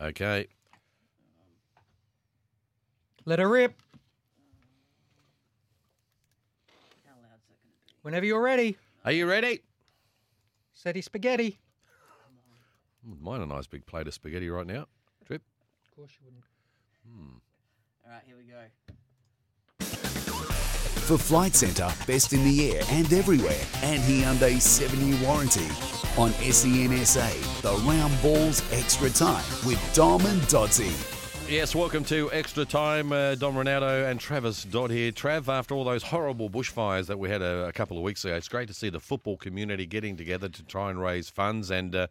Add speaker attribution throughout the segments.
Speaker 1: Okay.
Speaker 2: Let her rip. Whenever you're ready,
Speaker 1: Are you ready?
Speaker 2: SETI spaghetti.
Speaker 1: Wouldn't Mind a nice big plate of spaghetti right now. Trip.
Speaker 2: Of course you wouldn't.
Speaker 3: All right, here we go.
Speaker 4: For Flight Centre, best in the air and everywhere, and Hyundai's 7-year warranty. On E SENSA, the round ball's extra time with Dom and Dodsey.
Speaker 1: Yes, welcome to Extra Time. Uh, Dom Ronaldo and Travis Dodd here. Trav, after all those horrible bushfires that we had a, a couple of weeks ago, it's great to see the football community getting together to try and raise funds. And uh,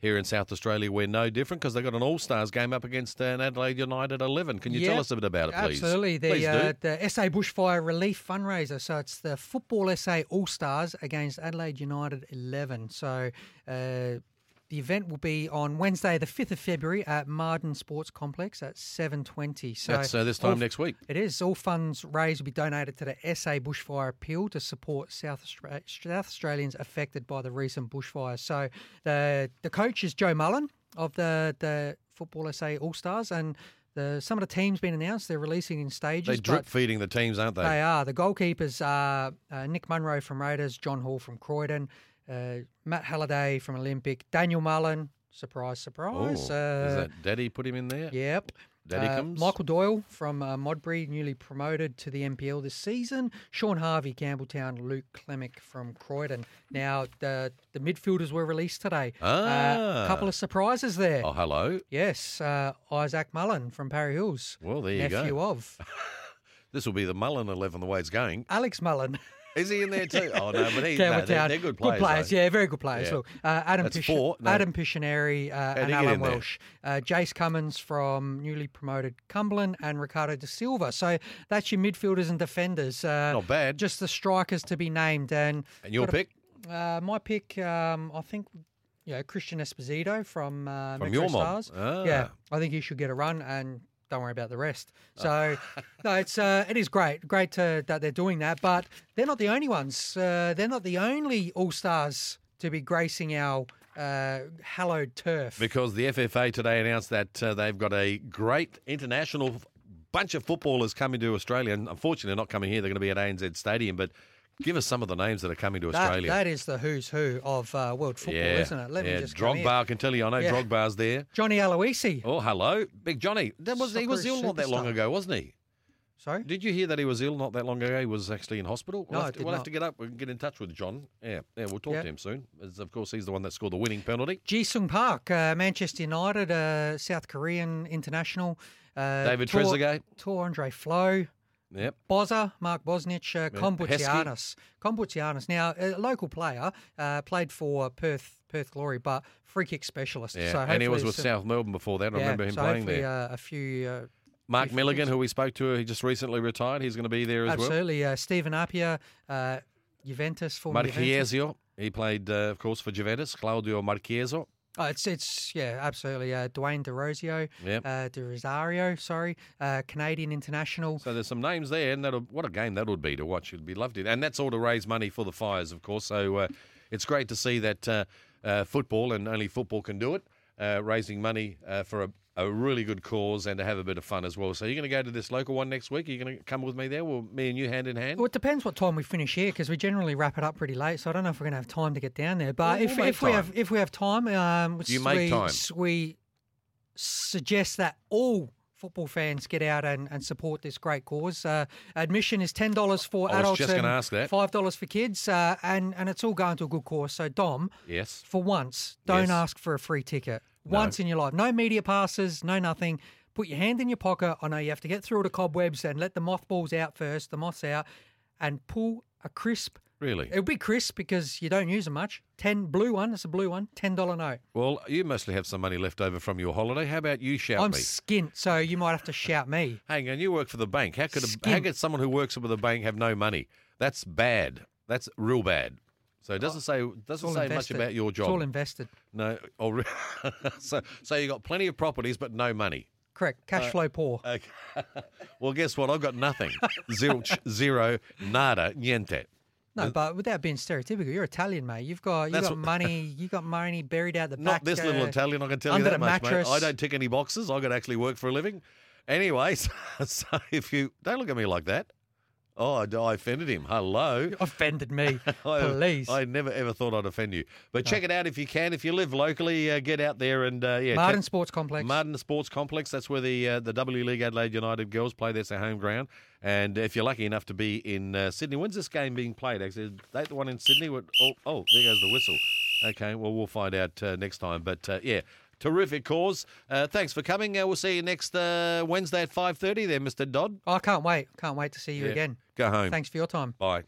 Speaker 1: here in South Australia, we're no different because they've got an All Stars game up against uh, an Adelaide United 11. Can you
Speaker 2: Yeah,
Speaker 1: tell us a bit about it, please?
Speaker 2: Absolutely. The,
Speaker 1: Please do.
Speaker 2: uh, the SA Bushfire Relief Fundraiser. So it's the Football SA All Stars against Adelaide United 11. So uh, the event will be on Wednesday, the 5th of February at Marden Sports Complex at 7.20. So
Speaker 1: That's uh, this time
Speaker 2: all-
Speaker 1: next week.
Speaker 2: It is. All funds raised will be donated to the SA Bushfire Appeal to support South, Austra- South Australians affected by the recent bushfires. So the the coach is Joe Mullen of the, the Football SA All Stars, and the, some of the teams been announced. They're releasing in stages.
Speaker 1: They're
Speaker 2: but-
Speaker 1: drip feeding the teams, aren't they?
Speaker 2: they are. The goalkeepers are uh, Nick Munro from Raiders, John Hall from Croydon, uh, Matt Halliday from Olympic, Daniel Mullen. Surprise,
Speaker 1: Oh,
Speaker 2: surprise.
Speaker 1: is
Speaker 2: uh,
Speaker 1: that Daddy put him in there?
Speaker 2: Yep.
Speaker 1: Daddy
Speaker 2: Uh,
Speaker 1: comes.
Speaker 2: Michael Doyle from uh, Modbury, newly promoted to the NPL this season. Sean Harvey, Campbelltown. Luke Clemick from Croydon. Now, the, the midfielders were released today. Uh,
Speaker 1: Ah.
Speaker 2: a couple of surprises there.
Speaker 1: Oh, hello.
Speaker 2: Yes, uh, Isaac Mullen from Parry Hills.
Speaker 1: Well, there you go.
Speaker 2: nephew of
Speaker 1: This will be the Mullen 11 the way it's going.
Speaker 2: Alex Mullen.
Speaker 1: Is he in there too? Oh, no, but he, no,
Speaker 2: Campbelltown.
Speaker 1: they're, they're good players. though.
Speaker 2: yeah, very good players.
Speaker 1: Yeah.
Speaker 2: Look, uh, Adam
Speaker 1: That's
Speaker 2: Pish-
Speaker 1: four, no.
Speaker 2: Adam Pishineri, uh,
Speaker 1: he get
Speaker 2: and
Speaker 1: in
Speaker 2: Alan
Speaker 1: there?
Speaker 2: Welsh, uh, Jace Cummins from newly promoted Cumberland, and Ricardo De Silva. So that's your midfielders and defenders. Uh,
Speaker 1: Not bad.
Speaker 2: Just the strikers to be named, and
Speaker 1: And your
Speaker 2: got
Speaker 1: pick?
Speaker 2: A, uh, my pick, um, I think. You know, Christian Esposito from uh,
Speaker 1: From
Speaker 2: Metro
Speaker 1: your mob.
Speaker 2: Stars. Yeah,
Speaker 1: Ah.
Speaker 2: I think he should get a run and don't worry about the rest. So,
Speaker 1: Ah.
Speaker 2: no, it's uh, it is great, great to, that they're doing that, but they're not the only ones. Uh, they're not the only All Stars to be gracing our uh, hallowed turf.
Speaker 1: Because the FFA today announced that uh, they've got a great international f- bunch of footballers coming to Australia. And unfortunately, they're not coming here. They're going to be at ANZ Stadium. But give us some of the names that are coming to
Speaker 2: That-
Speaker 1: Australia.
Speaker 2: that is the who's who of uh, world football,
Speaker 1: yeah,
Speaker 2: isn't it? Let
Speaker 1: yeah.
Speaker 2: me just come
Speaker 1: Drogba,
Speaker 2: here.
Speaker 1: I can tell you, I know
Speaker 2: Yeah.
Speaker 1: Drogba's there.
Speaker 2: Johnny Aloisi.
Speaker 1: Oh, hello, Big Johnny. That was he was
Speaker 2: Soccer
Speaker 1: ill not that long
Speaker 2: superstar.
Speaker 1: ago, wasn't he?
Speaker 2: Sorry,
Speaker 1: Did you hear that he was ill not that long ago? He was actually in hospital. We'll,
Speaker 2: No,
Speaker 1: have,
Speaker 2: I
Speaker 1: to,
Speaker 2: did
Speaker 1: we'll have
Speaker 2: not.
Speaker 1: to get up and get in touch with John. Yeah, yeah, we'll talk
Speaker 2: Yeah.
Speaker 1: to him soon. As of course, he's the one that scored the winning penalty.
Speaker 2: Jisung Park, uh, Manchester United, uh, South Korean international. Uh,
Speaker 1: David
Speaker 2: Tor-
Speaker 1: Trezeguet.
Speaker 2: Tor Andre Flo.
Speaker 1: Yep.
Speaker 2: Bozza, Mark Bosnich, uh, Kombutsianis. Kombutsianis. Now, a local player, uh, played for Perth Perth Glory, but free kick specialist.
Speaker 1: Yeah,
Speaker 2: So
Speaker 1: and he was
Speaker 2: hopefully
Speaker 1: with
Speaker 2: some-
Speaker 1: South Melbourne before that. I
Speaker 2: yeah,
Speaker 1: remember him
Speaker 2: so
Speaker 1: playing
Speaker 2: hopefully,
Speaker 1: there.
Speaker 2: Uh, a few. Uh,
Speaker 1: Mark
Speaker 2: few
Speaker 1: Milligan,
Speaker 2: fixtures.
Speaker 1: who we spoke to, he just recently retired. He's going to be there as
Speaker 2: absolutely. Uh, Stephen Appiah, uh, Juventus,
Speaker 1: well.
Speaker 2: former Juventus.
Speaker 1: Marchiesio, he played, uh, of course, for Juventus. Claudio Marchiesio.
Speaker 2: Oh, it's it's yeah, absolutely. Uh, Dwayne De Rosio,
Speaker 1: Yep.
Speaker 2: uh, De Rosario, sorry, uh, Canadian international.
Speaker 1: So there's some names there, and that'll, what a game that would be to watch. It'd be lovely, and that's all to raise money for the fires, of course. So uh, it's great to see that uh, uh, football and only football can do it, uh, raising money uh, for a, a really good cause and to have a bit of fun as well. So you're going to go to this local one next week. Are you going to come with me there? Well, me and you hand in hand.
Speaker 2: Well, it depends what time we finish here because we generally wrap it up pretty late. So I don't know if we're going to have time to get down there. But
Speaker 1: We'll-
Speaker 2: if,
Speaker 1: we'll make
Speaker 2: if we
Speaker 1: time.
Speaker 2: have if we have time, um,
Speaker 1: You
Speaker 2: s-
Speaker 1: make
Speaker 2: we,
Speaker 1: time.
Speaker 2: s- We suggest that all football fans get out and, and support this great cause. Uh, admission is ten dollars for
Speaker 1: I was
Speaker 2: adults
Speaker 1: just
Speaker 2: and
Speaker 1: gonna ask that.
Speaker 2: five dollars for kids, uh, and and it's all going to a good cause. So Dom,
Speaker 1: Yes.
Speaker 2: for once, don't
Speaker 1: Yes.
Speaker 2: ask for a free ticket. Once in your life, no media passes, no nothing. Put your hand in your pocket. I know you have to get through all the cobwebs and let the mothballs out first, the moths out, and pull a crisp.
Speaker 1: Really?
Speaker 2: It'll be crisp because you don't use them much. Ten blue one. It's a blue one. Ten dollar note.
Speaker 1: Well, you mostly have some money left over from your holiday. How about you shout
Speaker 2: I'm
Speaker 1: me?
Speaker 2: skint, so you might have to shout me.
Speaker 1: Hang on, you work for the bank. How could a, how
Speaker 2: Skin.
Speaker 1: could someone who works with a bank have no money? That's bad. That's real bad. So it doesn't say
Speaker 2: It's
Speaker 1: doesn't
Speaker 2: all
Speaker 1: say much
Speaker 2: invested.
Speaker 1: about your
Speaker 2: It's all
Speaker 1: job.
Speaker 2: invested.
Speaker 1: no, oh, re- so so you got plenty of properties but no money.
Speaker 2: Correct. Cash flow poor.
Speaker 1: Okay. well, guess what? I've got nothing. Zilch, zero, nada, niente.
Speaker 2: No, but without being stereotypical, you're Italian, mate. You've got you
Speaker 1: That's
Speaker 2: got
Speaker 1: what-
Speaker 2: money. You got money buried out the
Speaker 1: Not
Speaker 2: back.
Speaker 1: this little
Speaker 2: uh,
Speaker 1: Italian, I can tell you
Speaker 2: under
Speaker 1: that
Speaker 2: the
Speaker 1: much,
Speaker 2: mattress.
Speaker 1: mate. I don't tick any boxes. I could actually work for a living. Anyway, so, so if you don't look at me like that, oh, I, I offended him. Hello.
Speaker 2: You offended me,
Speaker 1: I,
Speaker 2: please.
Speaker 1: I never ever thought I'd offend you. But check it out if you can. If you live locally, uh, get out there and uh, yeah, check-
Speaker 2: Martin Sports Complex.
Speaker 1: Martin Sports Complex. That's where the uh, the W League Adelaide United girls play. That's their home ground. And if you're lucky enough to be in uh, Sydney, when's this game being played? Actually, is that the one in Sydney? What- Oh, oh, there goes the whistle. Okay, well we'll find out uh, next time. But uh, yeah, terrific cause. Uh, thanks for coming. Uh, we'll see you next uh, Wednesday at five thirty. There, Mister Dodd.
Speaker 2: Oh, I can't wait. Can't wait to see you
Speaker 1: Yeah.
Speaker 2: again.
Speaker 1: Go home.
Speaker 2: Thanks for your time.
Speaker 1: Bye.